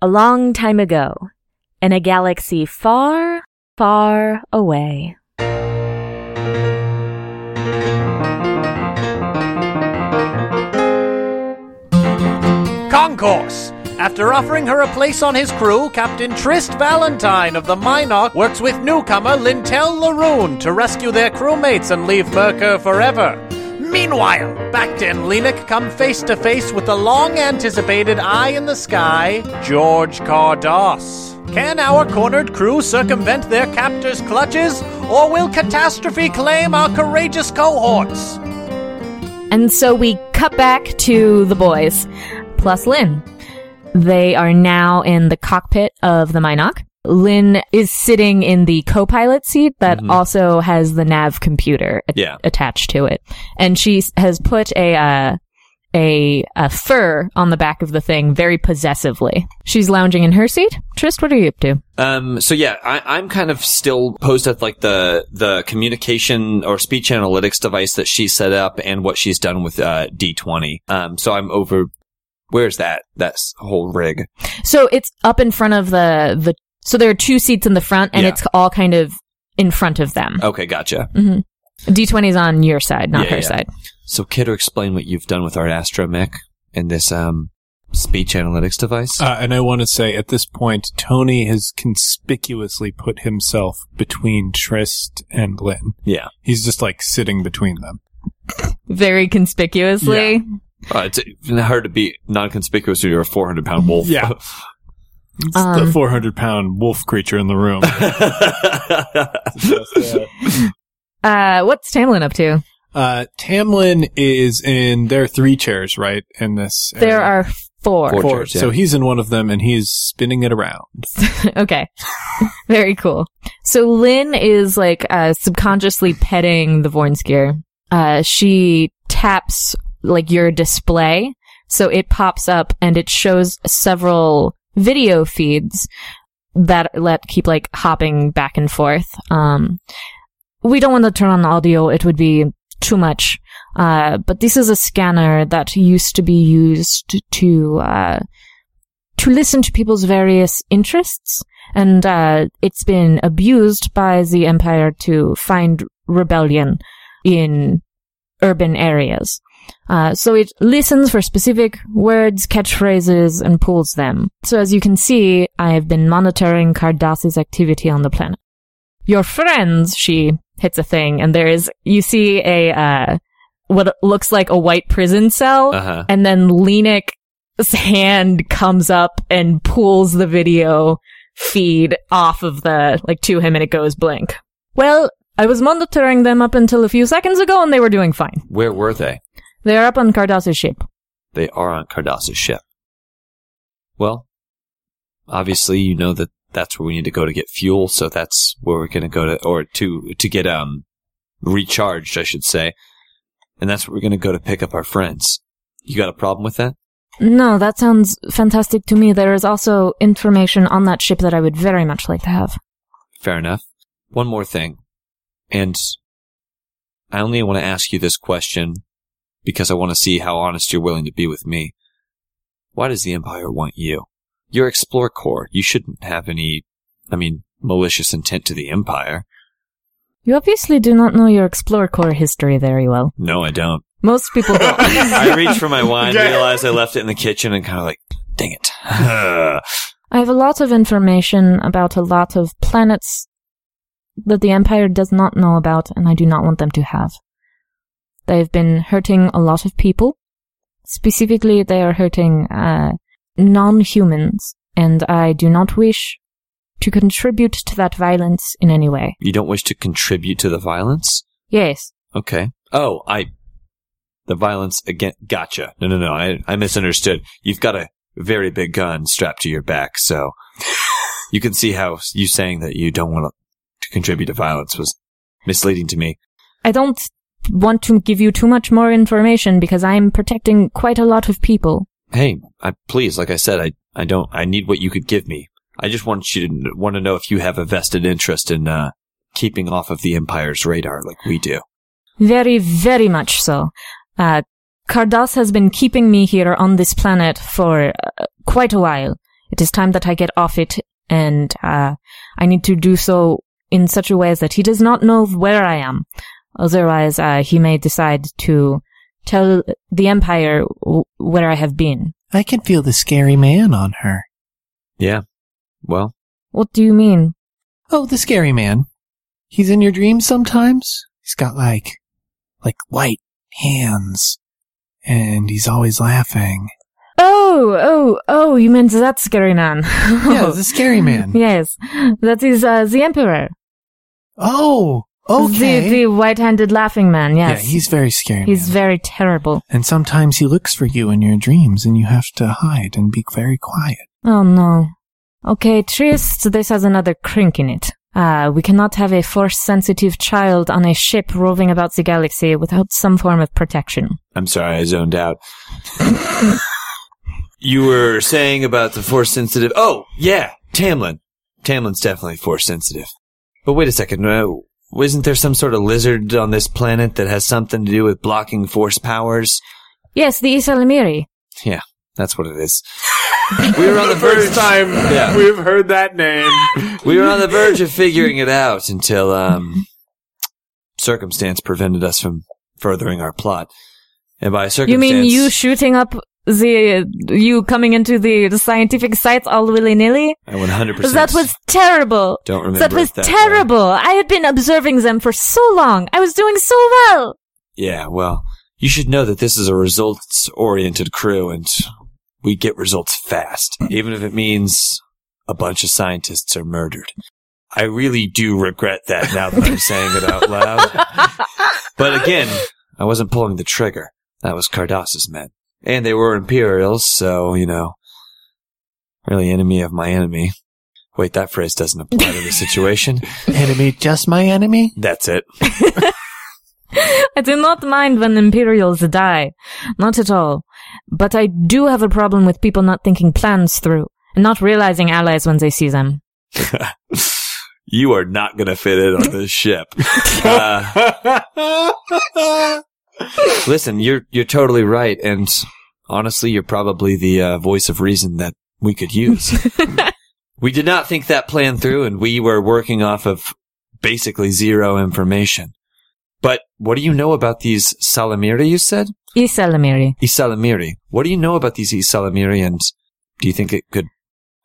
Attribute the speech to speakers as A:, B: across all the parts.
A: a long time ago, in a galaxy far, far away.
B: Concourse. After offering her a place on his crew, Captain Trist Valentine of the Minor works with newcomer Lintel Laroon to rescue their crewmates and leave Merkur forever. Meanwhile, back in Lenik come face to face with the long anticipated eye in the sky, George Cardos. Can our cornered crew circumvent their captor's clutches, or will catastrophe claim our courageous cohorts?
A: And so we cut back to the boys, plus Lynn. They are now in the cockpit of the Minoc. Lynn is sitting in the co pilot seat that also has the nav computer a-
C: Yeah.
A: attached to it. And she s- has put a, uh, a, a fur on the back of the thing very possessively. She's lounging in her seat. Trist, what are you up to?
C: Um, so yeah, I, I'm kind of still posed at like the, the communication or speech analytics device that she set up and what she's done with, uh, D20. Um, so I'm over, where's that, that s- whole rig?
A: So it's up in front of the, the, so there are two seats in the front and
C: Yeah.
A: it's all kind of in front of them.
C: Okay, gotcha.
A: D20 is on your side, not
C: Oh. Yeah,
A: her
C: yeah.
A: side.
C: So Kidder, explain what you've done with our astromech and this, um, speech analytics device.
D: Uh, and I want to say at this point, Tony has conspicuously put himself between Trist and Lynn.
C: yeah.
D: He's just like sitting between them.
A: Very conspicuously.
C: Uh, it's hard to be non-conspicuous when you're a 400 pound wolf.
D: Yeah. It's
A: Um,
D: the 400 pound wolf creature in the room.
A: Uh, what's Tamlin up to?
D: uh, Tamlin is in, there are three chairs, right? In this. area?
A: There are four.
C: Four.
D: four.
C: chairs, yeah.
D: So he's in one of them and he's spinning it around.
A: okay. Very cool. So Lynn is like, uh, subconsciously petting the Vornskier. Uh, she taps like your display. So it pops up and it shows several video feeds that let keep like hopping back and forth. Um, we don't want to turn on audio. It would be too much. Uh, but this is a scanner that used to be used to, uh, to listen to people's various interests. And, uh, it's been abused by the empire to find rebellion in urban areas. Uh, so it listens for specific words, catchphrases, and pulls them. So as you can see, I have been monitoring Cardassi's activity on the planet your friends she hits a thing and there is you see a uh what looks like a white prison cell
C: Uh-huh.
A: and then Lenik's hand comes up and pulls the video feed off of the like to him and it goes blank well i was monitoring them up until a few seconds ago and they were doing fine
C: Where were they?
A: they're up on cardassi's ship
C: They are on Cardass's ship. Well, obviously you know that that's where we need to go to get fuel, so that's where we're going to go to, or to to get um recharged, I should say, and that's where we're going to go to pick up our friends. You got a problem with that?
A: no that sounds fantastic to me there is also information on that ship that i would very much like to have
C: Fair enough. One more thing, and I only want to ask you this question because I want to see how honest you're willing to be with me. Why does the Empire want you? You're Explore Corps. You shouldn't have any, I mean, malicious intent to the Empire.
A: you obviously do not know your explore core history very well
C: No, I don't.
A: Most people don't.
C: I reach for my wine, realize I left it in the kitchen, and kind of like, dang it.
A: I have a lot of information about a lot of planets that the Empire does not know about, and I do not want them to have. They have been hurting a lot of people. Specifically, they are hurting uh, non humans, and I do not wish to contribute to that violence in any way.
C: you don't wish to contribute to the violence?
A: Yes.
C: Okay. Oh, I. The violence again. Gotcha. No, no, no. I, I misunderstood. You've got a very big gun strapped to your back, so you can see how you saying that you don't want to contribute to violence was misleading to me.
A: I don't want to give you too much more information because I am protecting quite a lot of people.
C: Hey, I please, like I said, I, I don't. I need what you could give me. I just want you to want to know if you have a vested interest in uh, keeping off of the Empire's radar, like we do.
A: Very, very much so. Uh, Cardass has been keeping me here on this planet for uh, quite a while. It is time that I get off it, and uh, I need to do so in such a way that he does not know where I am. Otherwise, uh, he may decide to tell the Empire w- where I have been.
E: I can feel the scary man on her.
C: Yeah. Well,
A: What do you mean?
E: Oh, the scary man. He's in your dreams sometimes. He's got like, like white hands. And he's always laughing.
A: Oh, oh, oh, you meant that scary man.
E: Yeah, the scary man.
A: yes, that is uh, the Emperor.
E: Oh, okay.
A: The, the white-handed laughing man, yes.
E: Yeah, he's very scary.
A: He's
E: man.
A: very terrible.
E: and sometimes he looks for you in your dreams and you have to hide and be very quiet.
A: Oh no. Okay, Trist, this has another crink in it. Uh, we cannot have a force-sensitive child on a ship roving about the galaxy without some form of protection.
C: I'm sorry, I zoned out. you were saying about the force sensitive. Oh, yeah, Tamlin. Tamlin's definitely force sensitive. But wait a second. Uh, isn't there some sort of lizard on this planet that has something to do with blocking force powers?
A: Yes, the Isalamiri.
C: Yeah, that's what it is. we were on the verge.
F: First time
C: Yeah.
F: we've heard that name.
C: We were on the verge of figuring it out until um, circumstance prevented us from furthering our plot. And by circumstance,
A: You mean you shooting up the, you coming into the, the scientific sites all willy-nilly?
C: I 100%
A: That was terrible.
C: don't remember.
A: That
C: it
A: was
C: way.
A: terrible. I had been observing them for so long. I was doing so well.
C: Yeah, well, you should know that this is a results oriented crew and we get results fast, even if it means a bunch of scientists are murdered. I really do regret that now that I'm saying it out loud. but again, I wasn't pulling the trigger. That was Cardassus' men. And they were Imperials, so, you know, really enemy of my enemy. Wait, that phrase doesn't apply to the situation.
E: Enemy, just my enemy?
C: That's it.
A: I do not mind when Imperials die. Not at all. But I do have a problem with people not thinking plans through and not realizing allies when they see them.
C: you are not going to fit in on this ship. Uh, listen, you're you're totally right, and honestly, you're probably the uh, voice of reason that we could use. we did not think that plan through, and we were working off of basically zero information. But what do you know about these Salamiri? You said
A: Isalamiri.
C: Isalamiri. What do you know about these Isalamiri, and do you think it could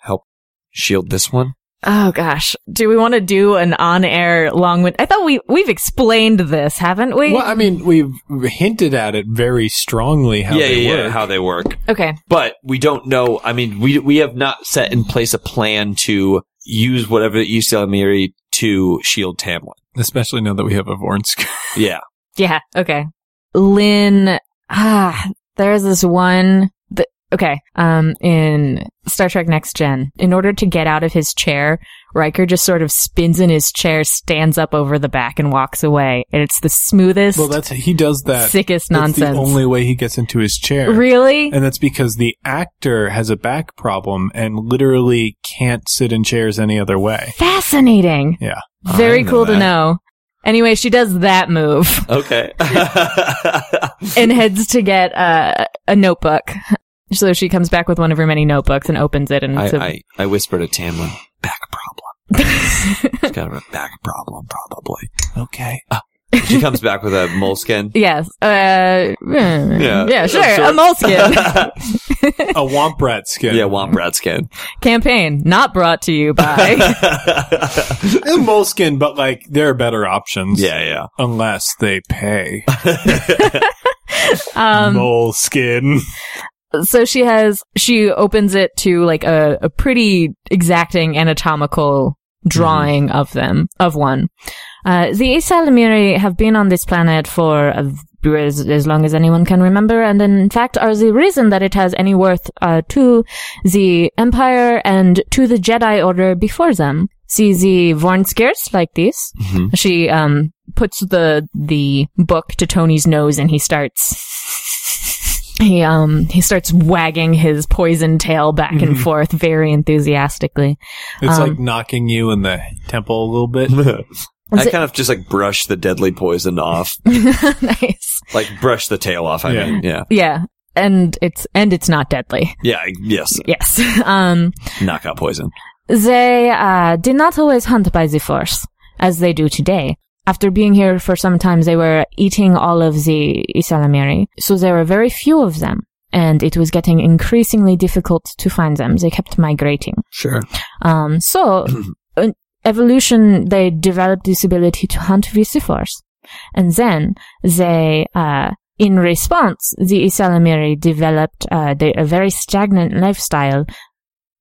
C: help shield this one?
A: Oh gosh. Do we want to do an on-air long wind? I thought we, we've explained this, haven't we?
E: Well, I mean, we've hinted at it very strongly how
C: yeah,
E: they
C: yeah, yeah,
E: work.
C: how they work.
A: Okay.
C: but we don't know. I mean, we we have not set in place a plan to use whatever you sell Miri to shield Tamlin.
E: Especially now that we have a Vornsk.
C: Yeah,
A: Yeah. Okay. Lynn. Ah, there's this one. That, okay. Um, in Star Trek Next Gen, in order to get out of his chair, Riker just sort of spins in his chair, stands up over the back, and walks away. And it's the smoothest,
E: Well, that's he does that.
A: sickest
E: that's
A: nonsense.
E: the only way he gets into his chair.
A: really?
E: And that's because the actor has a back problem and literally can't sit in chairs any other way.
A: Fascinating.
E: Yeah.
C: I
A: Very
C: know
A: cool to
C: that.
A: know. Anyway, she does that move
C: okay.
A: and heads to get uh, a notebook. So she comes back with one of her many notebooks and opens it, and
C: I,
A: it's a
C: I, I whispered to Tamlin, back problem. She's got a back problem, probably.
E: Okay.
C: She comes back with a moleskin.
A: Yes. Uh, yeah. Yeah. Sure. A moleskin
E: a womp rat skin.
C: Yeah, womp rat skin.
A: campaign not brought to you by.
E: A moleskin, but like there are better options.
C: Yeah,
E: Unless they pay.
C: yeah.
A: Um.
E: moleskin.
A: So she has. She opens it to like a, a pretty exacting anatomical drawing of them of one. Uh, the Isalamiri have been on this planet for a v- as, as long as anyone can remember, and in fact are the reason that it has any worth uh, to the Empire and to the Jedi Order before them. See the Vornskirs like this.
C: Mhm.
A: She um puts the the book to Tony's nose and he starts he um he starts wagging his poison tail back and forth very enthusiastically.
E: It's
A: Um,
E: like knocking you in the temple a little bit.
A: Is
C: I
A: it-
C: kind of just like brush the deadly poison off,
A: nice.
C: like brush the tail off. I
E: Yeah.
C: mean, yeah.
A: Yeah. and it's and it's not deadly.
C: Yeah, I- yes.
A: Yes. Um,
C: Knockout poison.
A: They uh, did not always hunt by the force, as they do today. After being here for some time, they were eating all of the Isalamiri, so there were very few of them, and it was getting increasingly difficult to find them. They kept migrating.
D: Sure.
A: Um, so, uh, evolution, they developed this ability to hunt visifors. And then they, uh, in response, the Isalamiri developed uh, they, a very stagnant lifestyle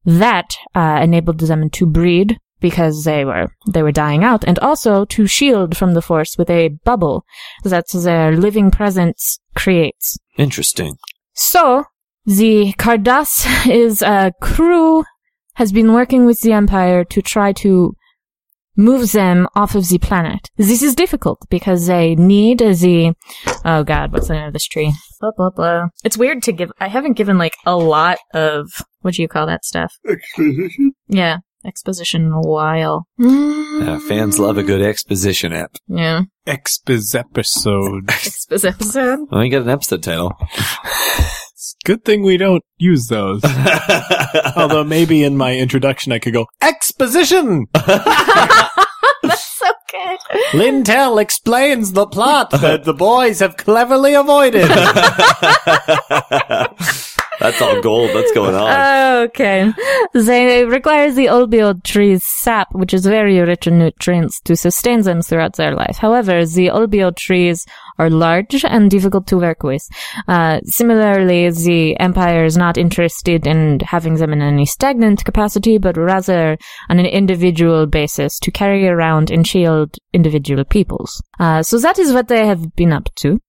A: that uh, enabled them to breed because they were they were dying out, and also to shield from the force with a bubble that their living presence creates.
C: Interesting.
A: So, the Cardass is a crew has been working with the Empire to try to move them off of the planet. This is difficult because they need the, oh god, what's the name of this tree? Blah, blah, blah. It's weird to give, I haven't given like a lot of, what do you call that stuff?
E: Exposition?
A: Yeah, exposition in a while.
C: Uh, fans love a good exposition app.
A: Yeah,
D: Expiz episode.
A: exposition.
C: Well, you got an episode title.
D: It's a good thing we don't use those. Although maybe in my introduction I could go exposition.
A: That's so good.
B: Lintel explains the plot that the boys have cleverly avoided.
C: That's all gold. That's going on.
A: Okay. They require the olbiod tree's sap, which is very rich in nutrients, to sustain them throughout their life. However, the olbiod trees are large and difficult to work with. Uh, similarly, the empire is not interested in having them in any stagnant capacity, but rather on an individual basis to carry around and shield individual peoples. Uh, so that is what they have been up to.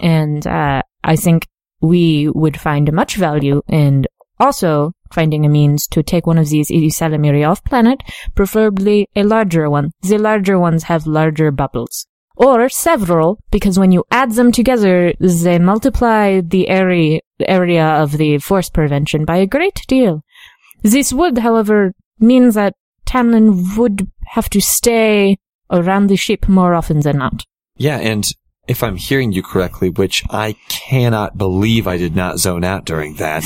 A: And uh, I think we would find much value in also finding a means to take one of these Isalamiri off planet, preferably a larger one. The larger ones have larger bubbles. Or several, because when you add them together, they multiply the area, area of the force prevention by a great deal. This would, however, mean that Tamlin would have to stay around the ship more often than not.
C: Yeah, and if I'm hearing you correctly, which I cannot believe I did not zone out during that,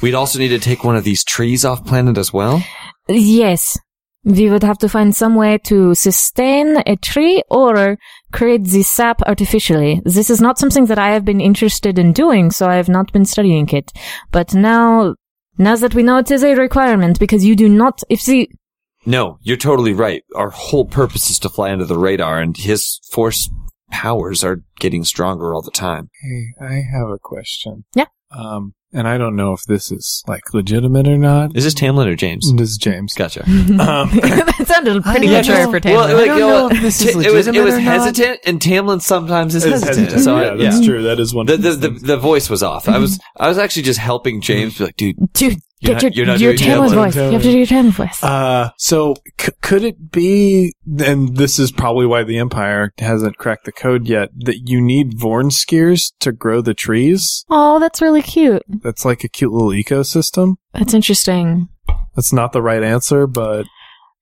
C: we'd also need to take one of these trees off planet as well.
A: Yes. We would have to find some way to sustain a tree or create the sap artificially. This is not something that I have been interested in doing, so I have not been studying it. But now, now that we know it is a requirement, because you do not, if the,
C: No, you're totally right. Our whole purpose is to fly under the radar, and his force powers are getting stronger all the time.
D: Hey, I have a question.
A: Yeah.
D: Um, and I don't know if this is like legitimate or not.
C: Is this Tamlin or James?
D: This is James.
C: Gotcha.
D: Um,
A: that sounded pretty
D: I don't
A: mature
D: know.
A: for
C: Well,
A: Taylor.
C: like,
D: I don't
C: you
D: know if this
C: T-
D: is
C: it was it
D: legitimate
C: was
D: or not.
C: hesitant, and Tamlin sometimes is hesitant. So I-
D: yeah, that's
C: yeah.
D: true. That is one.
C: The, the, the, the voice was off. I was I was actually just helping James be like, dude,
A: Dude,
C: You're
A: get
C: not- you're
A: your,
C: not
A: your
C: doing
A: Tamlin
D: Tamlin.
A: voice. You have to do your Tamlin voice.
D: Uh, so c- could it be, and this is probably why the Empire hasn't cracked the code yet, that you need Vorn skiers to grow the trees?
A: oh, that's really cute.
D: That's like a cute little ecosystem.
A: That's interesting.
D: That's not the right answer, but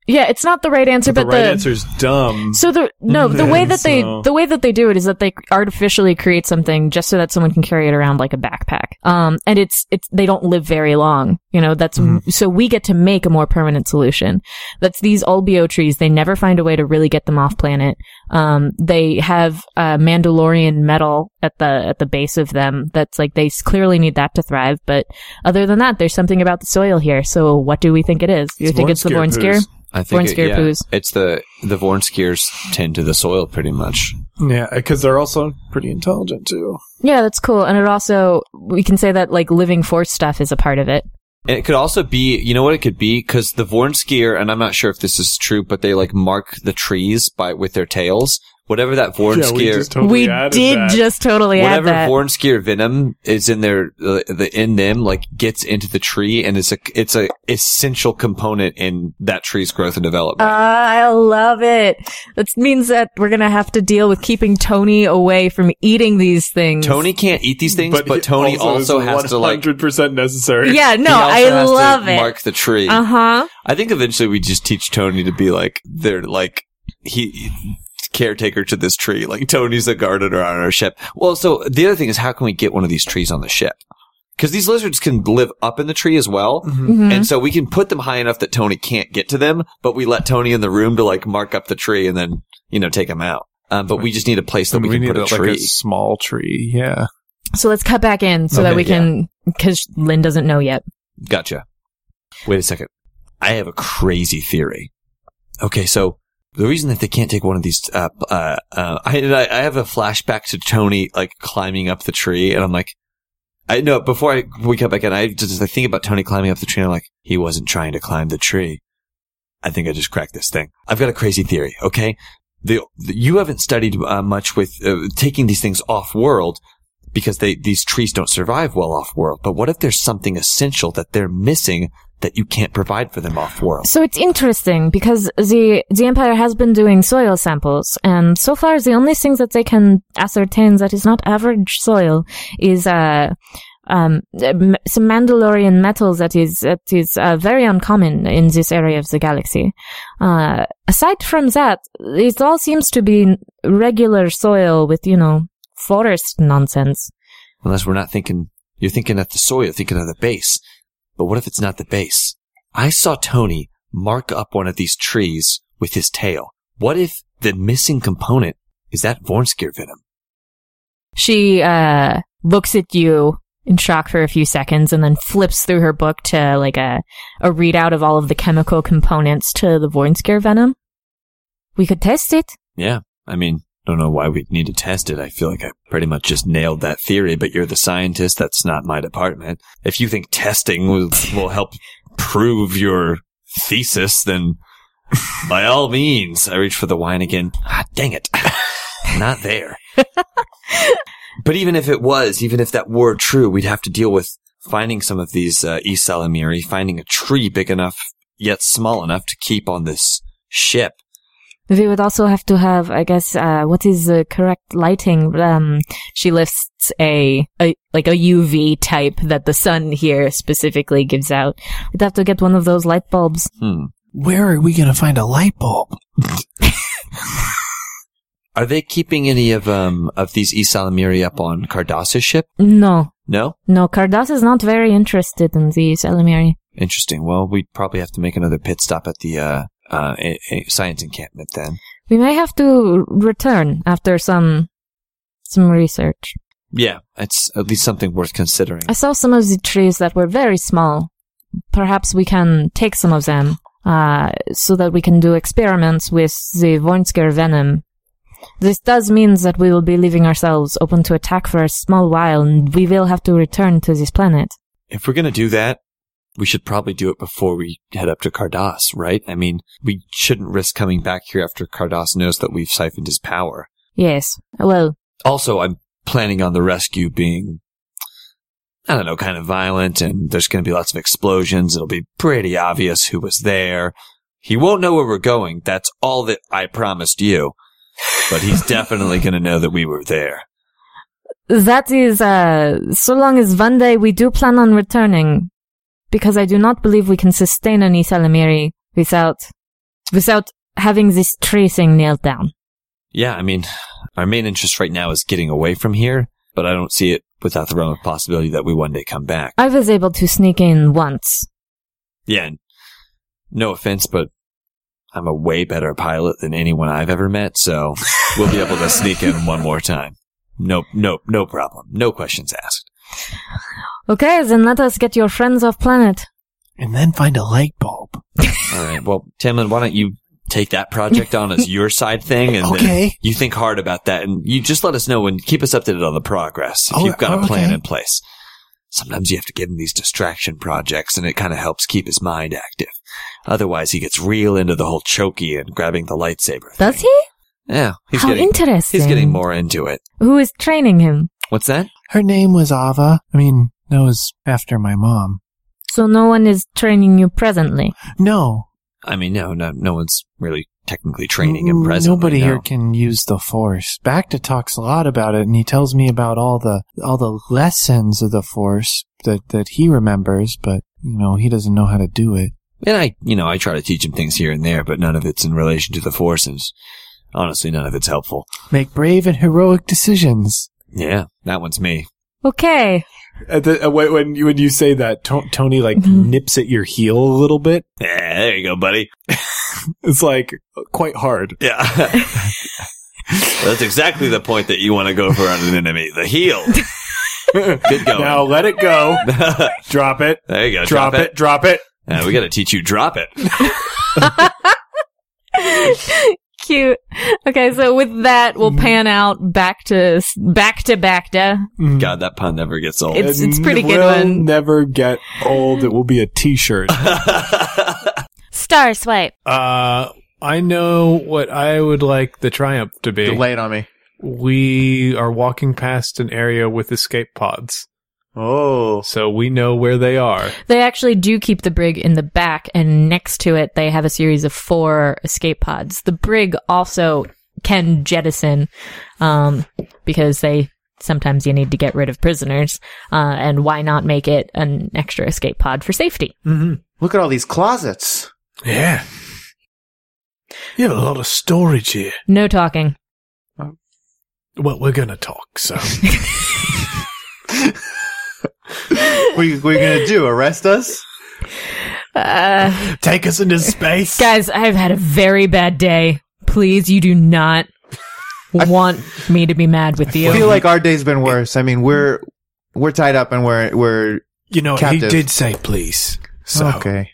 A: Yeah, it's not the right answer,
D: the
A: but the,
D: right answer is
E: Um,
D: dumb.
A: So the no, the way that they
D: So-
A: the way that they do it is that they artificially create something just so that someone can carry it around like a backpack. Um, and it's it's they don't live very long. You know, that's so we get to make a more permanent solution. That's these olbio trees. They never find a way to really get them off planet. Um, they have uh, Mandalorian metal at the at the base of them. That's like they s- clearly need that to thrive. But other than that, there's something about the soil here. So what do we think it is? You think it's the
D: Vornskier
A: Born
D: poos.
C: I think
A: Vornskier poos.
C: it's the the Vornskiers tend to the soil pretty much.
D: yeah, because they're also pretty intelligent too.
A: Yeah, that's cool. And it also, we can say that like living force stuff is a part of it.
C: And it could also be, you know what it could be? Because the Vornskier, and I'm not sure if this is true, but they like mark the trees by with their tails. Whatever that
D: yeah, we
C: Vornskier,
D: just totally
A: we
D: added
A: did
D: that.
A: just totally add
C: whatever
A: that.
C: Vornskier venom is in their uh, the in them, like gets into the tree, and it's a it's a essential component in that tree's growth and development.
A: Um, I love it. That means that we're going to have to deal with keeping Tony away from eating these things.
C: Tony can't eat these things, but, Tony also, has to like.
D: hundred percent necessary.
A: Yeah,
C: he
A: no,
C: also
A: I
C: has to
A: love it.
C: Mark the tree.
A: uh huh.
C: I think eventually we just teach Tony to be like they're like he caretaker to this tree. Like Tony's the gardener on our ship. Well, so the other thing is, how can we get one of these trees on the ship? Because these lizards can live up in the tree as well.
D: Mm-hmm.
A: Mhm.
C: And so we can put them high enough that Tony can't get to them, but we let Tony in the room to like mark up the tree and then, you know, take him out. Um, but we just need a place that
D: And
C: we,
D: we
C: can
D: need
C: put a
D: like
C: tree.
D: a small tree. Yeah.
A: so let's cut back in so that
D: Okay,
A: we can, because Lynn doesn't know yet.
C: Gotcha. Wait a second. I have a crazy theory. Okay, so the reason that they can't take one of these, uh, uh, uh, I, and I, I have a flashback to Tony like climbing up the tree, and I'm like, I know before I we come back in, I just I think about Tony climbing up the tree, and I'm like, he wasn't trying to climb the tree. I think I just cracked this thing. I've got a crazy theory. Okay, the, the- you haven't studied uh, much with uh, taking these things off world, because they these trees don't survive well off world. But what if there's something essential that they're missing that you can't provide for them off world?
A: So it's interesting because the the Empire has been doing soil samples, and so far the only things that they can ascertain that is not average soil is uh, um, m- some Mandalorian metal that is that is uh, very uncommon in this area of the galaxy. Uh, aside from that, it all seems to be regular soil with you know forest nonsense.
C: Unless we're not thinking you're thinking at the soil, you're thinking of the base. But what if it's not the base? I saw Tony mark up one of these trees with his tail. What if the missing component is that Vornskir venom?
A: She uh, looks at you in shock for a few seconds and then flips through her book to like a, a readout of all of the chemical components to the Vornskir venom. We could test it.
C: Yeah. I mean, don't know why we'd need to test it. I feel like I pretty much just nailed that theory, but you're the scientist. That's not my department. If you think testing will, will help prove your thesis, then by all means, I reach for the wine again. Ah, dang it. not there. but even if it was, even if that were true, we'd have to deal with finding some of these uh, E. salamiri, finding a tree big enough yet small enough to keep on this ship.
A: We would also have to have, I guess, uh, what is the correct lighting? Um, she lists a, a like a UV type that the sun here specifically gives out. We'd have to get one of those light bulbs.
C: Hmm.
D: Where are we going to find a light bulb?
C: Are they keeping any of um of these Isalamiri up on Cardassa's ship?
A: No,
C: No.
A: no, Cardass is not very interested in these Elamiri.
C: Interesting. Well, we'd probably have to make another pit stop at the uh, uh a, a science encampment then.
A: We may have to return after some some research.
C: Yeah, it's at least something worth considering.
A: I saw some of the trees that were very small. Perhaps we can take some of them uh, so that we can do experiments with the Vornsker venom. This does mean that we will be leaving ourselves open to attack for a small while, and we will have to return to this planet.
C: If we're gonna do that, we should probably do it before we head up to Cardass, right? I mean, we shouldn't risk coming back here after Cardass knows that we've siphoned his power.
A: Yes. Well,
C: Also, I'm planning on the rescue being, I don't know, kind of violent, and there's going to be lots of explosions. It'll be pretty obvious who was there. He won't know where we're going. That's all that I promised you. But he's definitely going to know that we were there.
A: that is uh, so long as one day we do plan on returning, because I do not believe we can sustain an Isalamiri without without having this tree thing nailed down.
C: Yeah, I mean, our main interest right now is getting away from here, but I don't see it without the realm of possibility that we one day come back.
A: I was able to sneak in once.
C: Yeah, and no offense, but I'm a way better pilot than anyone I've ever met, so we'll be able to sneak in one more time. No, no, no problem. No questions asked.
A: Okay, then let us get your friends off planet.
D: And then find a light bulb.
C: All right. Well, Tamlin, why don't you take that project on as your side thing, and then
D: Okay.
C: you think hard about that, and you just let us know and keep us updated on the progress if
D: Oh,
C: you've got a plan
D: okay.
C: in place. Sometimes you have to give him these distraction projects, and it kind of helps keep his mind active. Otherwise, he gets real into the whole choky and grabbing the lightsaber.
A: Does
C: thing.
A: he?
C: Yeah, he's
A: How
C: getting
A: interesting.
C: he's getting more into it.
A: Who is training him?
C: What's that?
D: Her name was Ava. I mean, that was after my mom.
A: So no one is training you presently.
D: No.
C: I mean, no, no, no one's really technically training him presently.
D: Mm, Nobody
C: no.
D: here can use the force. Bacta talks a lot about it and he tells me about all the all the lessons of the force that, that he remembers, but you know, he doesn't know how to do it.
C: And I, you know, I try to teach him things here and there, but none of it's in relation to the forces. Honestly, none of it's helpful.
D: Make brave and heroic decisions.
C: Yeah, that one's me.
A: Okay.
D: At the, uh, when when you, when you say that, to- Tony like
A: Mhm.
D: nips at your heel a little bit.
C: Yeah, there you go, buddy.
D: It's like quite hard.
C: Yeah. That's exactly the point that you want to go for on an enemy. The heel. Good going.
D: Now let it go. Drop it.
C: there you go.
D: Drop, it. Drop it.
C: Uh, we got to teach you drop it.
A: Cute. Okay, so with that,
C: Mm-hmm.
A: we'll pan out back to back to Bacta.
D: Mm.
C: God, that pun never gets old.
A: It's-
D: It
A: pretty good
D: will
A: one.
D: Never get old. It will be a T-shirt.
A: Star swipe.
E: Uh, I know what I would like the triumph to be.
B: Delay it on me.
E: We are walking past an area with escape pods,
B: Oh.
E: so we know where they are.
A: They actually do keep the brig in the back, and next to it, they have a series of four escape pods. The brig also can jettison, um, because they sometimes you need to get rid of prisoners, uh, and why not make it an extra escape pod for safety?
B: Mm-hmm. Look at all these closets.
D: yeah.
E: You have a lot of storage here.
A: No talking.
E: Well, we're gonna talk, so.
G: What are you, what are you gonna do? Arrest us?
A: Uh,
E: Take us into space.
A: guys, I've had a very bad day. Please, you do not want me to be mad with
G: I feel
A: you.
G: like our day's been worse. I mean, we're we're tied up and we're we're
E: You know,
G: Captive.
E: he did say please. So,
G: okay.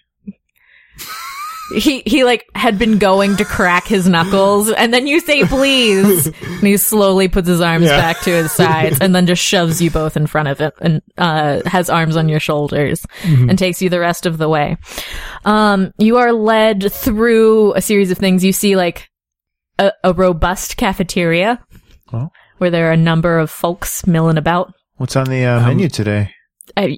A: He he like had been going to crack his knuckles, and then you say please, and he slowly puts his arms back to his sides, and then just shoves you both in front of him, and uh, has arms on your shoulders,
E: Mm-hmm.
A: and takes you the rest of the way. Um, you are led through a series of things. You see like a, a robust cafeteria
G: Oh.
A: where there are a number of folks milling about. Uh,
G: What's on the uh, menu today?
A: I,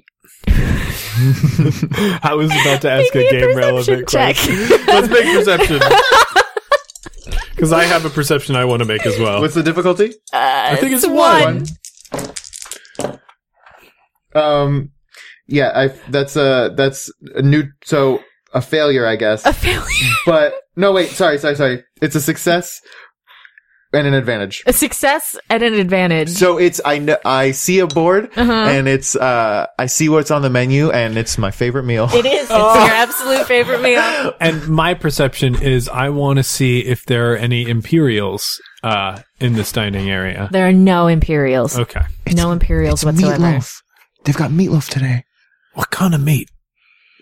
E: I was about to ask a
A: Give me a
E: game
A: perception
E: relevant
A: check.
E: question. Let's make perception. Because I have a perception I want to make as well.
G: What's the difficulty?
E: I think it's
A: Uh, one.
G: Um, yeah, I that's a that's a new so a failure, I guess.
A: A failure.
G: but no, wait, sorry, sorry, sorry. It's a success and an advantage.
A: A success at an advantage.
G: So it's I kn- I see a board
A: Uh-huh.
G: and it's uh I see what's on the menu and it's my favorite meal.
A: it is. It's your absolute favorite meal.
E: And my perception is I want to see if there are any Imperials uh, in this dining area.
A: There are no Imperials.
E: Okay.
A: no Imperials whatsoever.
G: They've got meatloaf today.
E: What kind of meat?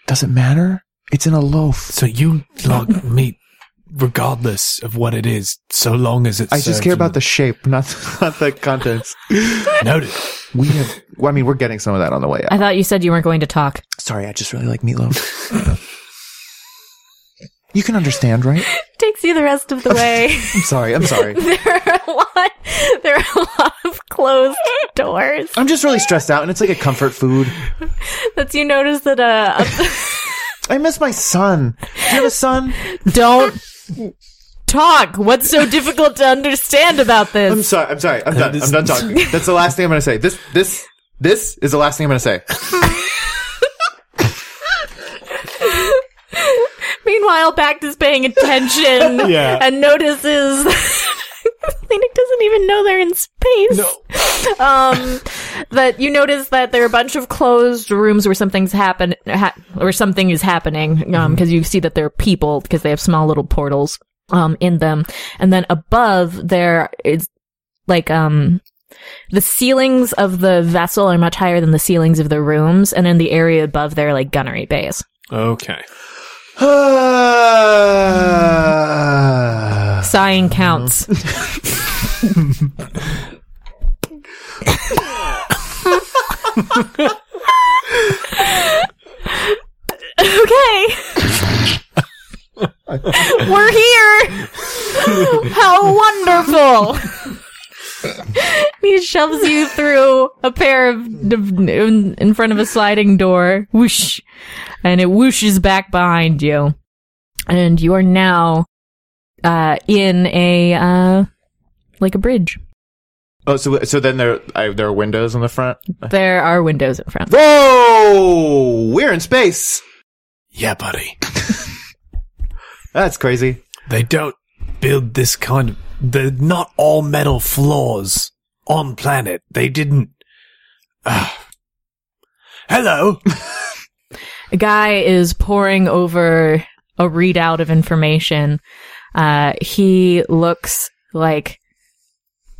G: Does it matter? It's in a loaf.
E: So you like meat regardless of what it is, so long as it's.
G: I just care about the shape, not not the contents.
E: Noted.
G: We have. Well, I mean, we're getting some of that on the way
A: I
G: out.
A: thought you said you weren't going to talk.
G: Sorry, I just really like meatloaf. you can understand, right?
A: Takes you the rest of the way.
G: I'm sorry. I'm sorry.
A: there are a lot. There are a lot of closed doors.
G: I'm just really stressed out, and it's like a comfort food.
A: That's you notice that. Uh,
G: I miss my son. Do you have a son?
A: don't talk. What's so difficult to understand about
G: I'm
A: this?
G: sorry. I'm sorry. I'm done. I'm done talking. That's the last thing I'm going to say. This this this is the last thing I'm going to say.
A: Meanwhile, Pact is paying attention
E: Yeah.
A: and notices. Lenik doesn't even know they're in space. No. um, that you notice that there are a bunch of closed rooms where something's happen ha- or something is happening. Um, because you see that there are people because they have small little portals um in them, and then above there is like um the ceilings of the vessel are much higher than the ceilings of the rooms, and in the area above there are like gunnery bays.
E: Okay.
G: Uh.
A: Sighing counts. okay. We're here. How wonderful. he shoves you through a pair of in in front of a sliding door. Whoosh. And it whooshes back behind you. And you are now uh, in a uh, like a bridge.
G: Oh, so so then there I, there are windows on the front.
A: There are windows in front.
G: Whoa! We're in space.
E: Yeah, buddy.
G: That's crazy.
E: They don't build this kind of the not all metal floors on planet. They didn't. Ah. hello.
A: A guy is poring over a readout of information. Uh, he looks like,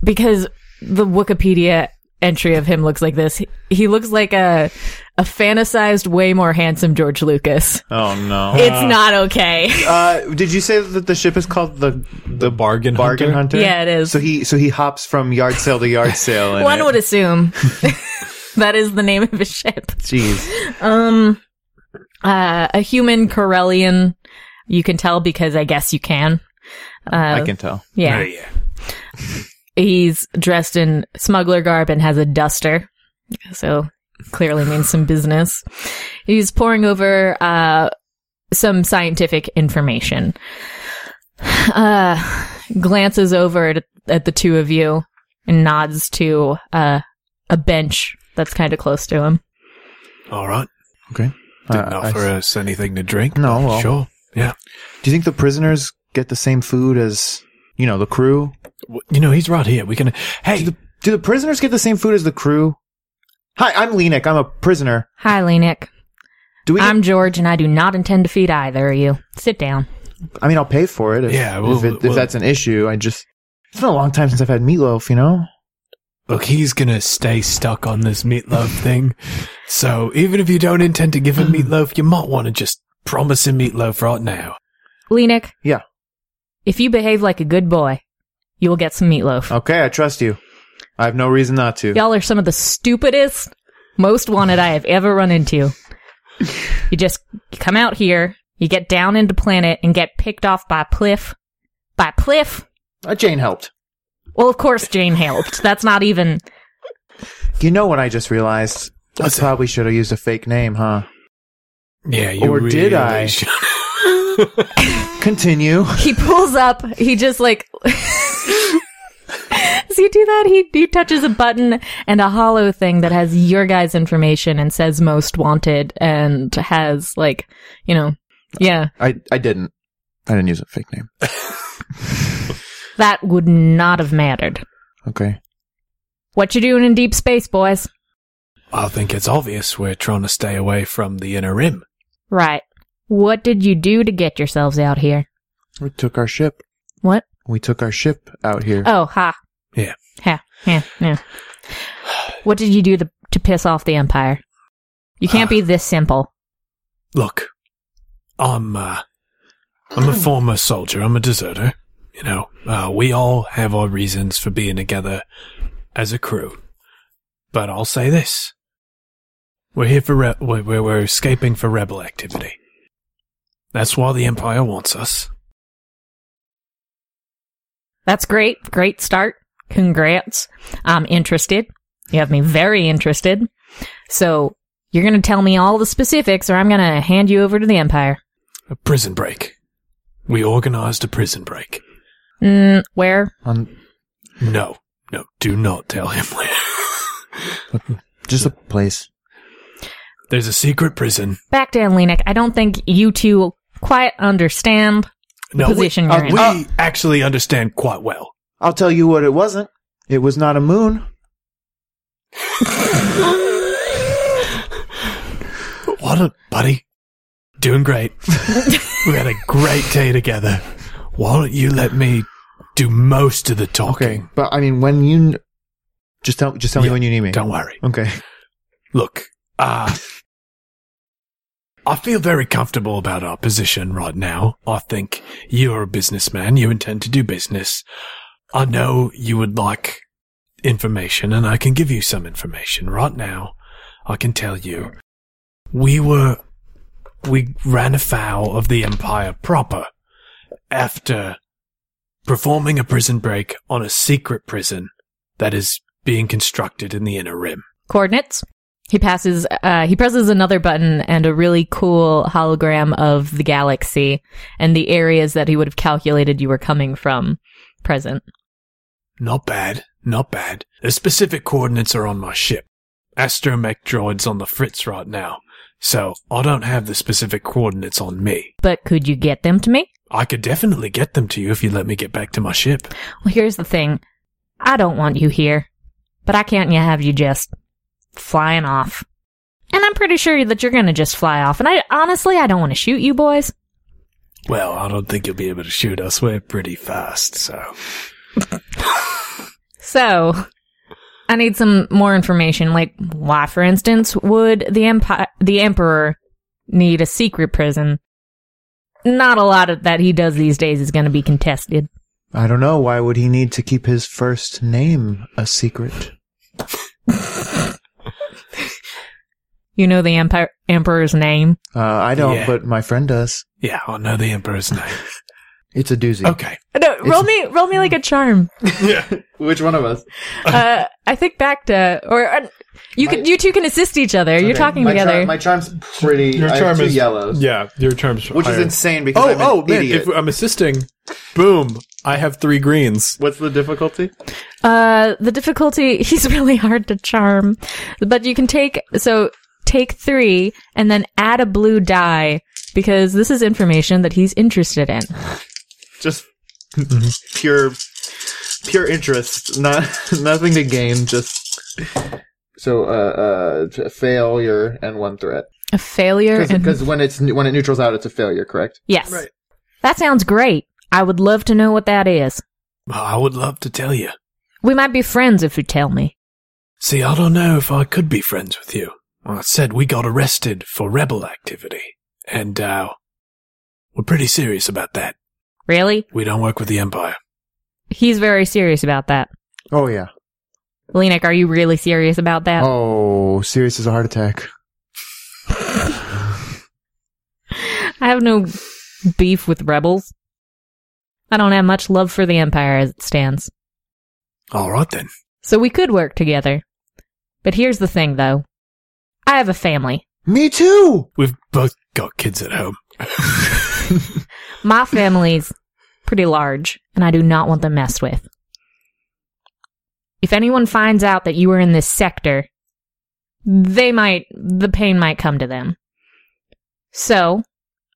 A: because the Wikipedia entry of him looks like this, he, he looks like a, a fantasized, way more handsome George Lucas.
G: Oh no.
A: It's not okay.
G: Uh, did you say that the ship is called the the
E: Bargain
G: bargain hunter?
A: Yeah, it is.
G: So he so he hops from yard sale to yard sale. in
A: One
G: it.
A: would assume that is the name of his ship.
G: Jeez.
A: Um, uh, a human Corellian. You can tell because I guess you can. Uh,
G: I can tell.
A: Yeah. He's dressed in smuggler garb and has a duster. So clearly means some business. He's poring over uh, some scientific information. Uh, glances over at, at the two of you and nods to uh, a bench that's kind of close to him.
E: All right.
G: Okay.
E: Didn't
G: Uh, I-
E: offer us anything to drink.
G: No,
E: but
G: well.
E: sure. Yeah.
G: do you think the prisoners get the same food as you know the crew?
E: W- You know, he's right here. We can. Hey,
G: Do the prisoners get the same food as the crew? Hi, I'm Lenik. I'm a prisoner.
A: Hi, Lenik.
G: Do we? get-
A: I'm George, and I do not intend to feed either of you. Sit down.
G: I mean, I'll pay for it. If,
E: Yeah,
G: if,
E: we'll-
G: it,
E: we'll-
G: if that's an issue, I just. It's been a long time since I've had meatloaf. You know.
E: look, he's gonna stay stuck on this meatloaf thing. So even if you don't intend to give him meatloaf, you might want to just promise him meatloaf right now.
A: Lenik.
G: Yeah.
A: If you behave like a good boy, you will get some meatloaf.
G: Okay, I trust you. I have no reason not to.
A: Y'all are some of the stupidest, most wanted I have ever run into. you just come out here, you get down into planet, and get picked off by Pliff. By Pliff?
G: Uh, Jane helped.
A: Well, of course Jane helped. That's not even.
G: You know what I just realized? I probably should have used a fake name, huh?
E: Yeah, you
G: Or did
E: really
G: I?
E: should-
G: Continue.
A: He pulls up. He just like. Does he do that? He he touches a button and a hollow thing that has your guys' information and says most wanted and has like, you know, yeah,
G: I I didn't. I didn't use a fake name.
A: that would not have mattered.
G: Okay.
A: What you doing in deep space, boys?
E: I think it's obvious we're trying to stay away from the inner rim.
A: Right. What did you do to get yourselves out here?
G: We took our ship.
A: What?
G: We took our ship out here.
A: Oh, ha.
E: Yeah.
A: Ha. Yeah. Yeah. What did you do to to piss off the Empire? You can't be this simple.
E: Look, I'm uh, I'm a former soldier. I'm a deserter. You know, uh, we all have our reasons for being together as a crew. But I'll say this: we're here for re- we're, we're we're escaping for rebel activity. That's why the Empire wants us.
A: That's great. Great start. Congrats. I'm interested. You have me very interested. So you're going to tell me all the specifics or I'm going to hand you over to the Empire.
E: A prison break. We organized a prison break.
A: Mm, where?
G: On
E: No, no, do not tell him where.
G: just a place.
E: There's a secret prison.
A: Back down, Lenik. I don't think you two quite understand the
E: No, we-
A: position
G: uh,
A: you're in. Oh.
E: we actually understand quite well.
G: I'll tell you what it wasn't. It was not a moon.
E: What a buddy. Doing great. we had a great day together. Why don't you let me do most of the talking?
G: But I mean, when you kn- just tell just tell me
E: Yeah,
G: when you need me.
E: Don't worry.
G: Okay.
E: Look, uh I feel very comfortable about our position right now. I think you're a businessman, you intend to do business. I know you would like information and I can give you some information right now. I can tell you we were we ran afoul of the empire proper after performing a prison break on a secret prison that is being constructed in the inner rim.
A: coordinates. He passes, uh, he presses another button and a really cool hologram of the galaxy and the areas that he would have calculated you were coming from present.
E: Not bad, not bad. The specific coordinates are on my ship. Astromech droid's on the fritz right now, so I don't have the specific coordinates on me.
A: But could you get them to me?
E: I could definitely get them to you if you let me get back to my ship.
A: Well, here's the thing. I don't want you here, but I can't you have you just flying off. And I'm pretty sure that you're gonna just fly off. And I honestly, I don't want to shoot you boys.
E: Well, I don't think you'll be able to shoot us. We're pretty fast, so.
A: So, I need some more information. Like, why, for instance, would the empire, the emperor, need a secret prison? Not a lot of that he does these days is going to be contested.
H: I don't know. Why would he need to keep his first name a secret?
A: You know the empire emperor's name.
H: Uh, I don't,
E: Yeah.
H: but my friend does.
E: Yeah, I know the Emperor's name.
H: It's a doozy.
E: Okay.
A: No, roll me, roll me like a charm.
G: Which one of us?
A: Uh, I think back to or uh, you can, you two can assist each other. You're talking
G: my
A: together.
G: Charm, my charm's pretty.
E: Your
G: I have
E: charm
G: two
E: is-
G: yellows,
E: Yeah, your terms.
G: which is
E: higher.
G: insane because
E: Oh,
G: I'm an
E: oh man!
G: idiot.
E: If I'm assisting, boom! I have three greens.
G: What's the difficulty?
A: Uh, the difficulty, he's really hard to charm, but you can take, so take three and then add a blue die because this is information that he's interested in.
G: Just pure, pure interest. Not nothing to gain. Just so uh, uh, failure and one threat.
A: A failure. and-
G: Because when it's when it neutrals out, it's a failure. Correct.
A: yes. That sounds great. I would love to know what that is.
E: Well, I would love to tell you.
A: We might be friends if you tell me.
E: See, I don't know if I could be friends with you. I said we got arrested for rebel activity, and uh, we're pretty serious about that.
A: Really?
E: We don't work with the Empire.
A: He's very serious about that.
H: Oh yeah.
A: Lenik, are you really serious about that?
H: Oh, serious as a heart attack.
A: I have no beef with rebels. I don't have much love for the Empire as it stands.
E: All right then.
A: So we could work together. But here's the thing, though. I have a family.
H: Me too.
E: We've both got kids at home.
A: My family's pretty large, and I do not want them messed with. If anyone finds out that you are in this sector, they might, the pain might come to them. So,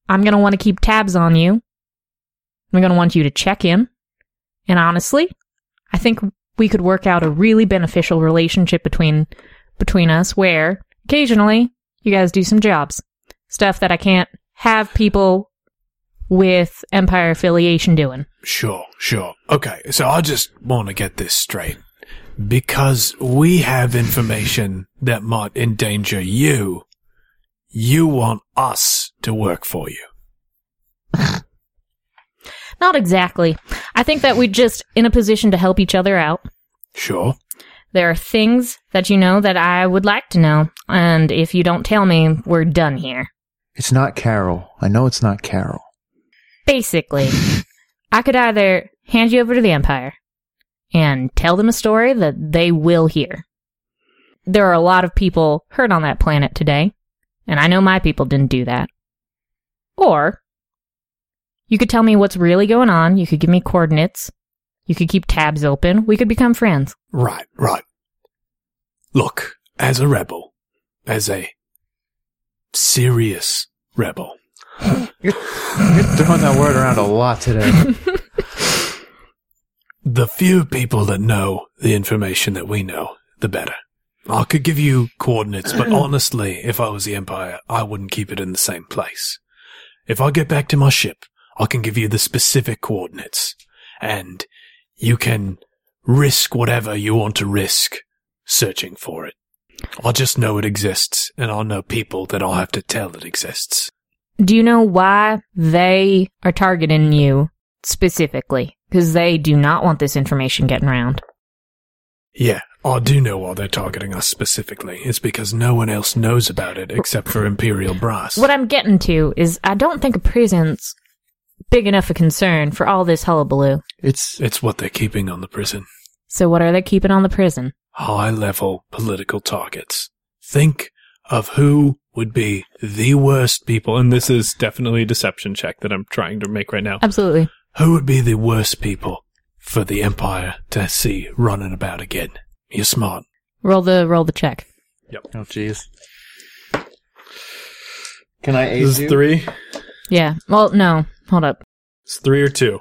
A: I'm going to want to keep tabs on you. I'm going to want you to check in. And honestly, I think we could work out a really beneficial relationship between between us where occasionally you guys do some jobs. Stuff that I can't have people with Empire affiliation doing.
E: Sure, sure. Okay, so I just want to get this straight. Because we have information that might endanger you, you want us to work for you.
A: Not exactly. I think that we're just in a position to help each other out.
E: Sure.
A: There are things that you know that I would like to know, and if you don't tell me, we're done here.
H: It's not Carol. I know it's not Carol.
A: Basically, I could either hand you over to the Empire and tell them a story that they will hear. There are a lot of people hurt on that planet today, and I know my people didn't do that. Or you could tell me what's really going on, you could give me coordinates, you could keep tabs open, we could become friends.
E: Right, right. Look, as a rebel, as a serious rebel,
H: You're throwing that word around a lot today.
E: the few people that know the information that we know, the better. I could give you coordinates, but honestly, if I was the Empire, I wouldn't keep it in the same place. If I get back to my ship, I can give you the specific coordinates, and you can risk whatever you want to risk searching for it. I just know it exists, and I know people that I'll have to tell it exists.
A: Do you know why they are targeting you specifically? Because they do not want this information getting around.
E: Yeah, I do know why they're targeting us specifically. It's because no one else knows about it except for Imperial Brass.
A: What I'm getting to is I don't think a prison's big enough a concern for all this hullabaloo.
H: It's
E: It's what they're keeping on the prison.
A: So what are they keeping on the prison?
E: High level political targets. Think of who would be the worst people, and this is definitely a deception check that I'm trying to make right now.
A: Absolutely.
E: Who would be the worst people for the Empire to see running about again? You're smart.
A: Roll the roll the check.
G: Oh jeez. Can I aid
E: This
G: you?
E: is three.
A: Yeah. Well, no. Hold up.
E: It's three or two.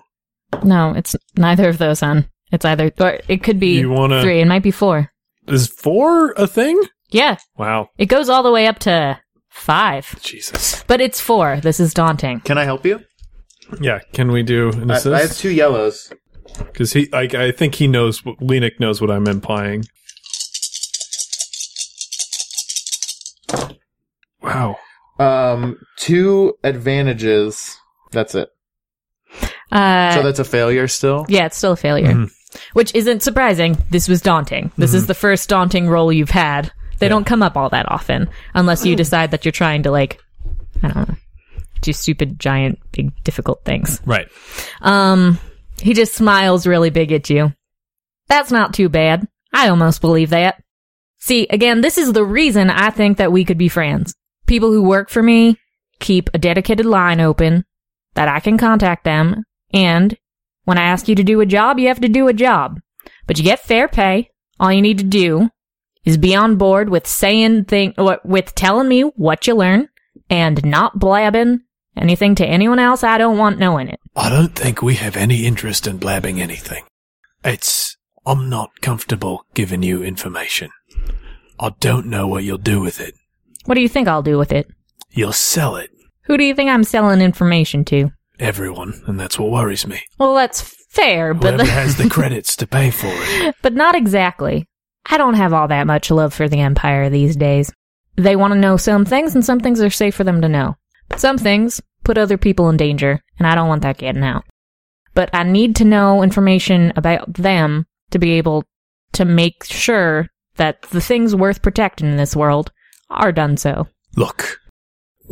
A: No, it's neither of those, hon. It's either, or it could be
E: You wanna-
A: three. It might be four.
E: Is four a thing?
A: Yeah,
E: Wow.
A: it goes all the way up to five,
E: Jesus.
A: but it's four. This is daunting.
G: Can I help you?
E: Yeah. Can we do an
G: I, I have
E: assist?
G: two yellows.
E: Because he, I, I think he knows. what- Lenik knows what I'm implying. Wow.
G: Um, two advantages. That's it.
A: Uh,
G: so that's a failure still.
A: yeah, it's still a failure, which isn't surprising. This was daunting. This is the first daunting roll you've had. They don't come up all that often unless you decide that you're trying to like, I don't know, do stupid, giant, big, difficult things.
E: Right.
A: Um, he just smiles really big at you. That's not too bad. I almost believe that. See, again, this is the reason I think that we could be friends. People who work for me keep a dedicated line open that I can contact them. And when I ask you to do a job, you have to do a job. But you get fair pay. All you need to do is be on board with saying thing, or with telling me what you learn and not blabbing anything to anyone else I don't want knowing it.
E: I don't think we have any interest in blabbing anything. It's. I'm not comfortable giving you information. I don't know what you'll do with it.
A: What do you think I'll do with it?
E: You'll sell it,
A: Who do you think I'm selling information to?
E: everyone, and that's what worries me.
A: Well, that's fair, but
E: Whoever has the credits to pay for it.
A: but not exactly. I don't have all that much love for the empire these days. They want to know some things and some things are safe for them to know. But some things put other people in danger, and I don't want that getting out. But I need to know information about them to be able to make sure that the things worth protecting in this world are done so.
E: Look,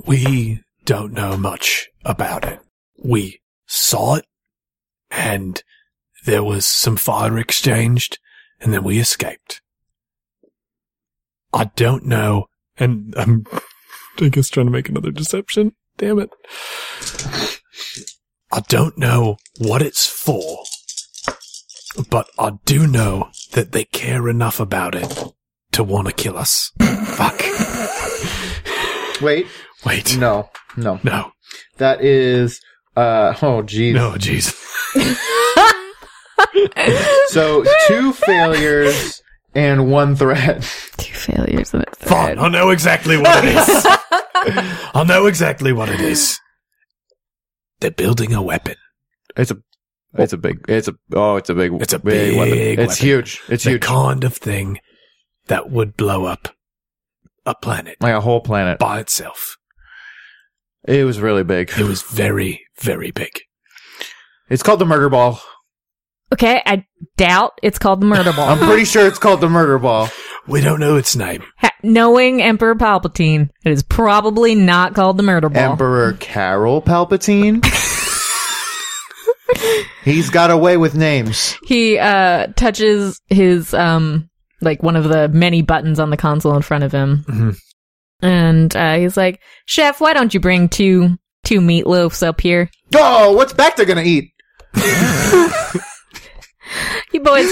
E: we don't know much about it. We saw it, and there was some fire exchanged, and then we escaped. I don't know, and I'm, I guess, trying to make another deception. Damn it. I don't know what it's for, but I do know that they care enough about it to want to kill us. Fuck.
G: Wait,
E: Wait.
G: no, no.
E: No.
G: That is. Uh, oh, geez.
E: No, jeez.
G: So two failures and one threat.
I: Two failures and a
E: Fine. I know exactly what it is. I know exactly what it is. They're building a weapon.
H: It's a, it's a big, it's a, oh, it's a big,
E: It's a big
H: It's
E: weapon.
H: huge. It's
E: It's the
H: huge.
E: kind of thing that would blow up a planet
H: like a whole planet.
E: by itself.
H: It was really big.
E: It was very, very big.
H: It's called the murder ball.
A: Okay, I doubt it's called the murder ball.
H: I'm pretty sure it's called the murder ball.
E: We don't know its name.
A: Ha- knowing Emperor Palpatine, it is probably not called the murder ball.
H: Emperor Carol Palpatine. He's got away with names.
A: He uh touches his um like one of the many buttons on the console in front of him.
E: Mhm.
A: And uh he's like, "Chef, why don't you bring two two meatloafs up here?
H: Oh, what's Bacta gonna eat?
A: You boys,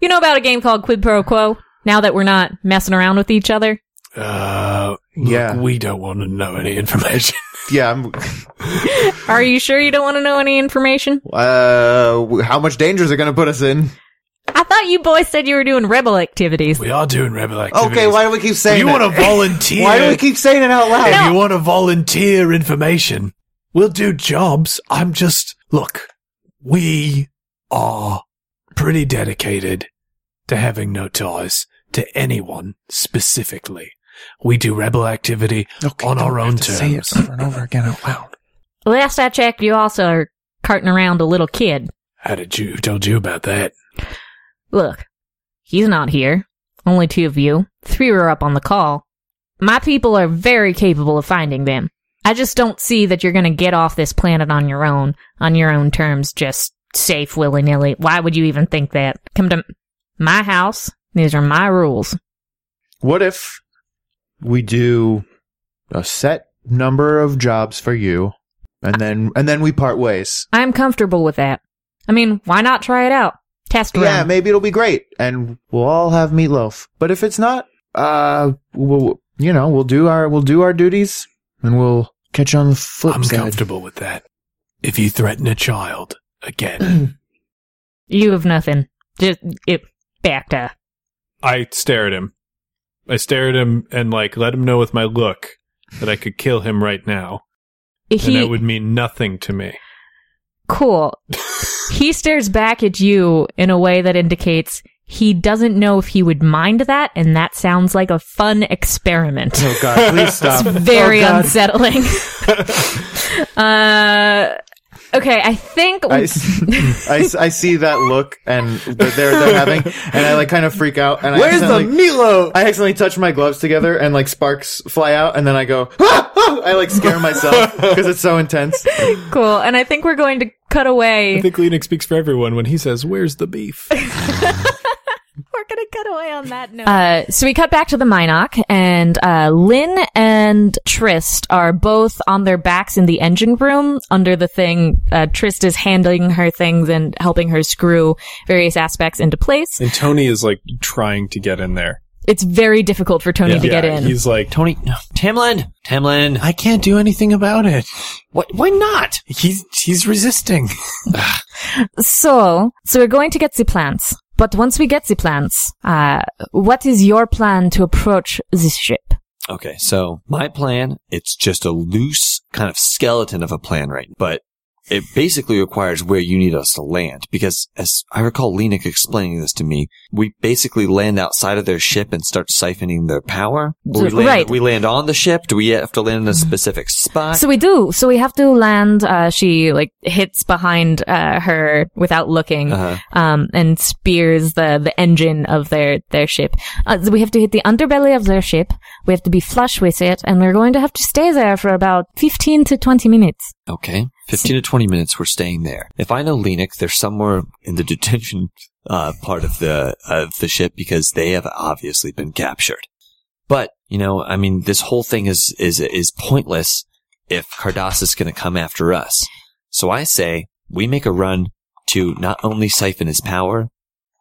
A: you know about a game called Quid Pro Quo? Now that we're not messing around with each other,
E: Uh,
H: Yeah.
E: yeah. We don't want to know any information.
H: Yeah, I'm.
A: are you sure you don't want to know any information?
H: Uh, w- how much danger is it gonna put us in?
A: I thought you boys said you were doing rebel activities."
E: We are doing rebel activities.
H: Okay, why do we keep saying?
E: you
H: it?
E: want to volunteer?
H: Why do we keep saying it out loud?
E: If you want to volunteer information, we'll do jobs. I'm just, look, we are pretty dedicated to having no ties to anyone specifically. We do rebel activity
D: Okay,
E: on our
D: don't
E: own
D: have to Say it
E: terms.
D: over and over again out loud.
A: Last I checked, you also are carting around a little kid.
E: How did you, who told you about that?
A: Look, he's not here. Only two of you. Three were up on the call. My people are very capable of finding them. I just don't see that you're going to get off this planet on your own, on your own terms, just safe willy nilly. Why would you even think that? Come to my house. These are my rules.
H: What if we do a set number of jobs for you, and then and then we part ways?
A: I'm comfortable with that. I mean, why not try it out? Test run.
H: Yeah, maybe it'll be great, and we'll all have meatloaf. But if it's not, uh, we'll you know we'll do our we'll do our duties, and we'll catch you on the flip
E: I'm
H: side.
E: comfortable with that. if you threaten a child again.
A: You have nothing. Just it backed up.
E: I stare at him. I stare at him and like let him know with my look that I could kill him right now,
A: He
E: and it would mean nothing to me.
A: cool. he stares back at you in a way that indicates he doesn't know if he would mind that, and that sounds like a fun experiment.
H: Oh God! Please stop.
A: It's very
H: Oh, God.
A: unsettling. uh, okay, I think
H: I, s- I s- I see that look and that they're they're having, and I like kind of freak out. And I
G: Where's the
H: accidentally-
G: Milo?
H: I accidentally touch my gloves together and like sparks fly out, and then I go, "Ah, ah," I like scare myself because it's so intense.
A: cool, and I think we're going to cut away.
E: I think Lenik speaks for everyone when he says, "Where's the beef?"
A: We're gonna cut away on that note. Uh, so we cut back to the Minoc, and uh, Lynn and Trist are both on their backs in the engine room under the thing. Uh, Trist is handling her things and helping her screw various aspects into place.
E: and Tony is like trying to get in there.
A: It's very difficult for Tony to get in.
E: He's like,
C: Tony, no. Tamlin, Tamlin.
D: I can't do anything about it.
C: What? Why not?
D: He's he's resisting.
A: So, so we're going to get the plants. But once we get the plants, uh, what is your plan to approach this ship?
C: Okay, so my plan, it's just a loose kind of skeleton of a plan right but it basically requires where you need us to land because as I recall Lenik explaining this to me, we basically land outside of their ship and start siphoning their power. Will we land,
A: Right.
C: we land on the ship? Do we have to land in a specific spot?
A: So we do. So we have to land. Uh, she like hits behind uh, her without looking,
C: Uh-huh.
A: um, and spears the the engine of their their ship. Uh, so we have to hit the underbelly of their ship. We have to be flush with it, and we're going to have to stay there for about fifteen to twenty minutes.
C: Okay. 15 to 20 minutes, we're staying there. If I know Lenik, they're somewhere in the detention uh, part of the of the ship because they have obviously been captured. But, you know, I mean, this whole thing is is is pointless if Cardass is going to come after us. So I say we make a run to not only siphon his power,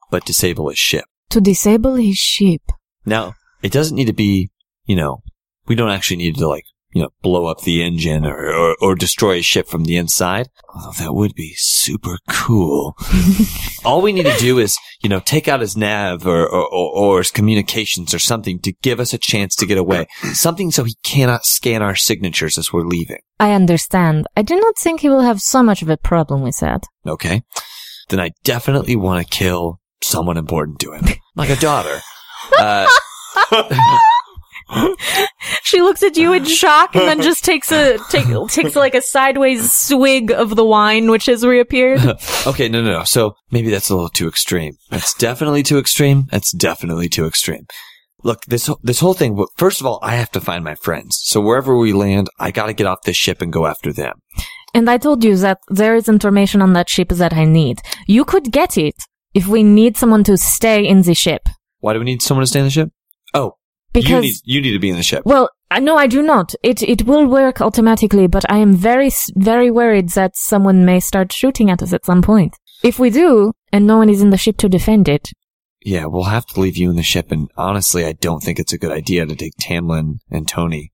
C: but disable his ship.
A: To disable his ship.
C: Now, it doesn't need to be, you know, we don't actually need to like, you know, blow up the engine or, or, or destroy a ship from the inside. Although that would be super cool. All we need to do is, you know, take out his nav or, or, or, or his communications or something to give us a chance to get away. Something so he cannot scan our signatures as we're leaving.
A: I understand. I do not think he will have so much of a problem with that.
C: Okay. Then I definitely want to kill someone important to him. Like a daughter. Uh,
A: She looks at you in shock and then just takes a take, takes like a sideways swig of the wine which has reappeared.
C: okay, no, no, no. So maybe that's a little too extreme. That's definitely too extreme. That's definitely too extreme. Look, this wh- this whole thing. well, First of all, I have to find my friends. So wherever we land, I got to get off this ship and go after them.
A: And I told you that there is information on that ship that I need. You could get it if we need someone to stay in the ship.
C: Why do we need someone to stay in the ship? Oh, you
A: Because
C: need you need to be in the ship.
A: well, I- no, I do not. It it will work automatically, but I am very s- very worried that someone may start shooting at us at some point. If we do, and no one is in the ship to defend it,
C: Yeah, we'll have to leave you in the ship. And honestly, I don't think it's a good idea to take Tamlin and Tony.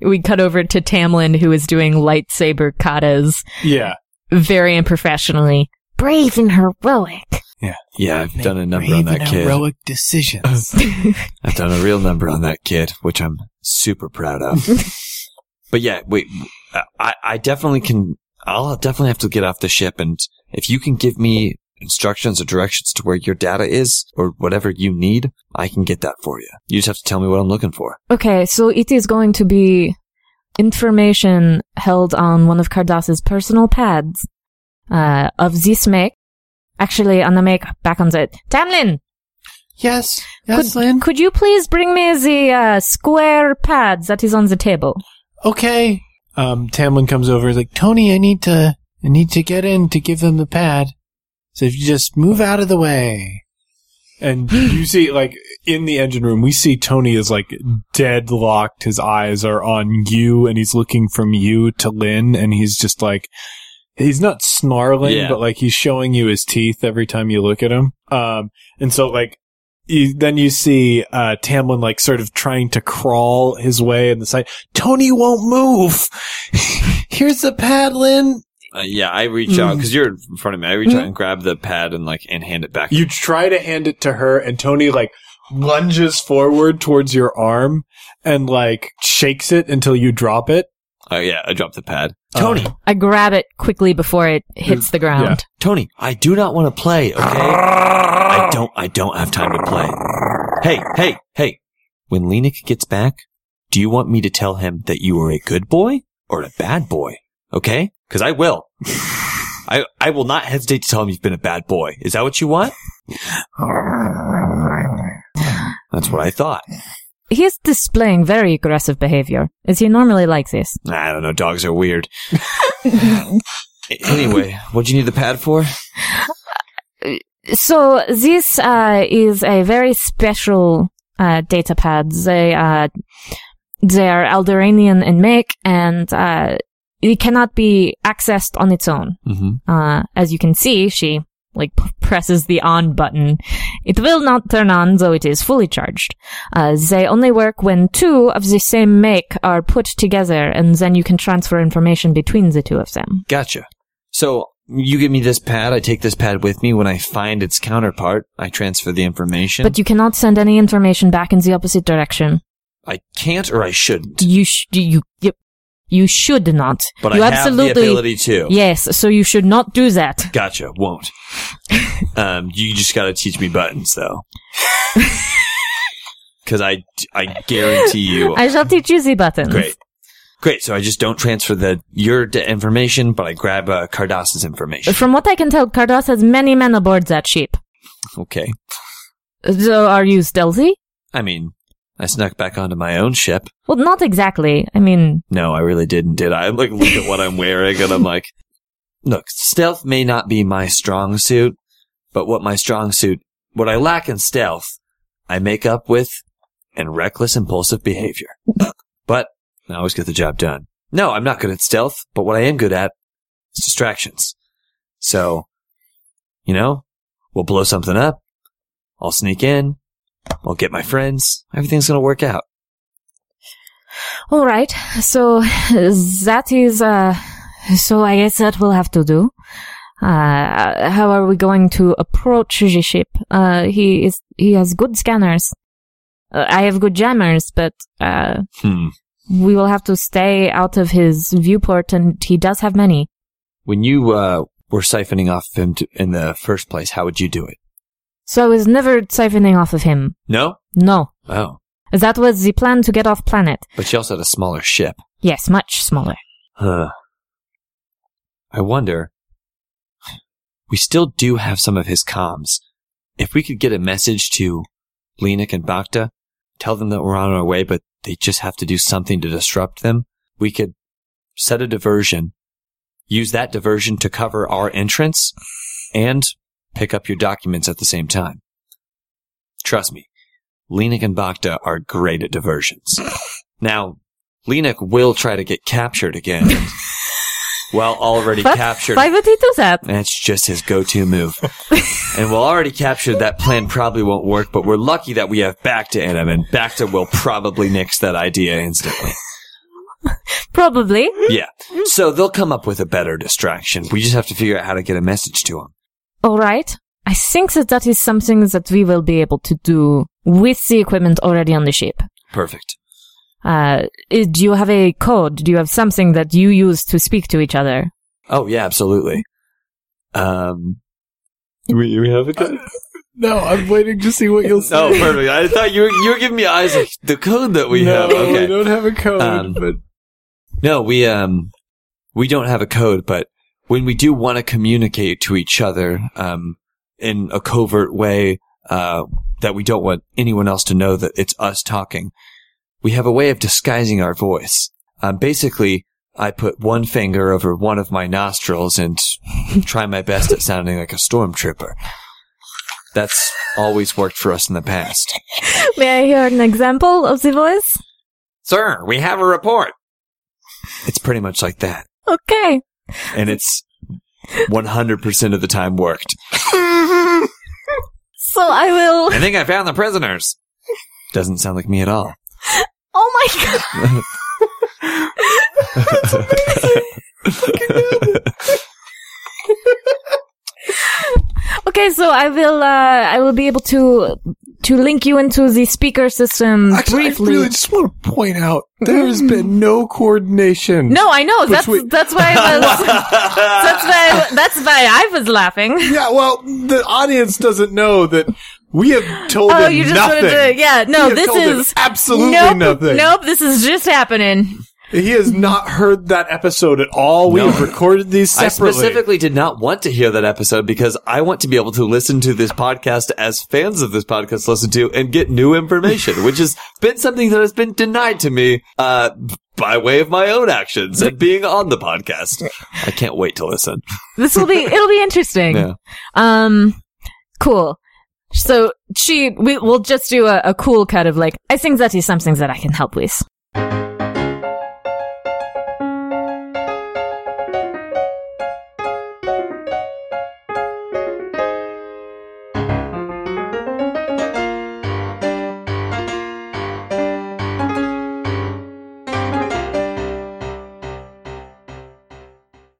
A: we cut over to Tamlin, who is doing lightsaber katas
E: "Yeah,
A: very unprofessionally. Brave and heroic.
C: Yeah, I've done a number
D: Brave
C: on that
D: and
C: kid.
D: Heroic decisions.
C: I've done a real number on that kid, which I'm super proud of. but yeah, wait, I, I definitely can. I'll definitely have to get off the ship, and if you can give me instructions or directions to where your data is or whatever you need, I can get that for you. You just have to tell me what I'm looking for.
A: Okay, so it is going to be information held on one of Cardass's personal pads uh, of this make. Actually, on the make, back on the Tamlin.
D: yes, yes,
A: could,
D: Lynn.
A: could you please bring me the uh, square pad that is on the table?
D: Okay. Um, Tamlin comes over. He's like, Tony, I need to, I need to get in to give them the pad. So if you just move out of the way,
E: And you see, like, in the engine room, we see Tony is, like, deadlocked. His eyes are on you, and he's looking from you to Lynn, and he's just like, he's not snarling,
C: Yeah.
E: but, like, he's showing you his teeth every time you look at him. Um, and so, like, you, then you see, uh, Tamlin, like, sort of trying to crawl his way in the side. Tony won't move.
D: Here's the paddling.
C: Uh, yeah, I reach out because you're in front of me. I reach out and grab the pad and like and hand it back.
E: You try to hand it to her, and Tony like lunges forward towards your arm and like shakes it until you drop it.
C: Uh, yeah, I dropped the pad.
E: Tony,
A: I grab it quickly before it hits the ground.
C: Tony, I do not want to play. Okay, I don't. I don't have time to play. Hey, hey, hey! When Lenik gets back, do you want me to tell him that you are a good boy or a bad boy? Okay, because I will. I I will not hesitate to tell him you've been a bad boy. Is that what you want? That's what I thought.
A: He is displaying very aggressive behavior. Is he normally like this?
C: I don't know. Dogs are weird. anyway, what'd you need the pad for?
A: So this uh, is a very special uh, data pad. They uh, they are Alderanian in make, and uh, it cannot be accessed on its own.
C: Mm-hmm.
A: Uh, as you can see, she like p- presses the on button. It will not turn on, though it is fully charged. Uh, they only work when two of the same make are put together, and then you can transfer information between the two of them.
C: Gotcha. So you give me this pad, I take this pad with me. When I find its counterpart, I transfer the information.
A: But you cannot send any information back in the opposite direction.
C: I can't or I shouldn't.
A: You sh- you you you should not.
C: But
A: you
C: I
A: absolutely
C: have the ability to.
A: yes. So you should not do that.
C: Gotcha. Won't. um, you just got to teach me buttons though. Because I, I guarantee you.
A: I shall teach you the buttons.
C: Great. Great. So I just don't transfer the your d- information, but I grab uh, Cardass's information.
A: From what I can tell, Cardos has many men aboard that ship.
C: okay.
A: So are you stealthy?
C: I mean, I snuck back onto my own ship.
A: Well, not exactly. I mean,
C: No, I really didn't, did I? I'm like, look at what I'm wearing, and I'm like, look, stealth may not be my strong suit, but what my strong suit, what I lack in stealth, I make up with and reckless impulsive behavior. But I always get the job done. No, I'm not good at stealth, but what I am good at is distractions. So, you know, we'll blow something up. I'll sneak in. I'll get my friends. Everything's going to work out.
A: all right. So that is. Uh, so I guess that will have to do. Uh, how are we going to approach the ship? Uh, he is. He has good scanners. Uh, I have good jammers, but uh,
C: Hmm.
A: we will have to stay out of his viewport, and he does have many.
C: When you uh, were siphoning off of him to, in the first place, how would you do it?
A: So I was never siphoning off of him.
C: No?
A: No,
C: Oh.
A: that was the plan to get off planet.
C: But you also had a smaller ship.
A: Yes, much smaller.
C: Huh. I wonder. We still do have some of his comms. If we could get a message to Lenik and Bakta, tell them that we're on our way, but they just have to do something to disrupt them, we could set a diversion, use that diversion to cover our entrance, and pick up your documents at the same time. Trust me, Lenik and Bakta are great at diversions. Now, Lenik will try to get captured again. well, already
A: What?
C: captured.
A: Why would he do that?
C: That's just his go-to move. and while already captured, that plan probably won't work, but we're lucky that we have Bacta in him, and Bacta will probably nix that idea instantly.
A: Probably.
C: Yeah. So they'll come up with a better distraction. We just have to figure out how to get a message to him.
A: All right. I think that that is something that we will be able to do with the equipment already on the ship.
C: Perfect.
A: Uh, i- do you have a code? Do you have something that you use to speak to each other?
C: Oh, yeah, absolutely. Um, we, we have a code?
D: No, I'm waiting to see what you'll say.
C: Oh, perfect. I thought you were, you were giving me eyes like the code that we have. Okay.
D: don't have a code,
C: Um, No, we um we don't have a code, but when we do want to communicate to each other um in a covert way uh that we don't want anyone else to know that it's us talking, we have a way of disguising our voice. Um basically I put one finger over one of my nostrils and try my best at sounding like a stormtrooper. That's always worked for us in the past.
A: May I hear an example of the voice?
C: Sir, we have a report. It's pretty much like that.
A: Okay.
C: and it's 100% of the time worked.
A: So I will.
C: I think I found the prisoners. Doesn't sound like me at all.
A: Oh my god. Okay, so I will uh, I will be able to to link you into the speaker system
E: Actually, I
A: briefly.
E: really just want to point out there has been no coordination.
A: no, I know. That's
E: Between-
A: that's why I was that's why I, that's why I was laughing.
E: Yeah, well, the audience doesn't know that we have told
A: Oh,
E: them
A: you just
E: nothing.
A: wanted to yeah.
E: We
A: No,
E: have
A: this
E: told them
A: is
E: absolutely
A: nope,
E: nothing.
A: Nope, this is just happening.
E: He has not heard that episode at all. We
C: No.
E: have recorded these
C: I
E: separately.
C: specifically did not want to hear that episode because I want to be able to listen to this podcast as fans of this podcast listen to and get new information, which has been something that has been denied to me uh, by way of my own actions and being on the podcast. I can't wait to listen.
A: This will be it'll be interesting.
C: Yeah.
A: Um, cool. So she, we, we'll just do a, a cool cut of like, I think that is something that I can help with.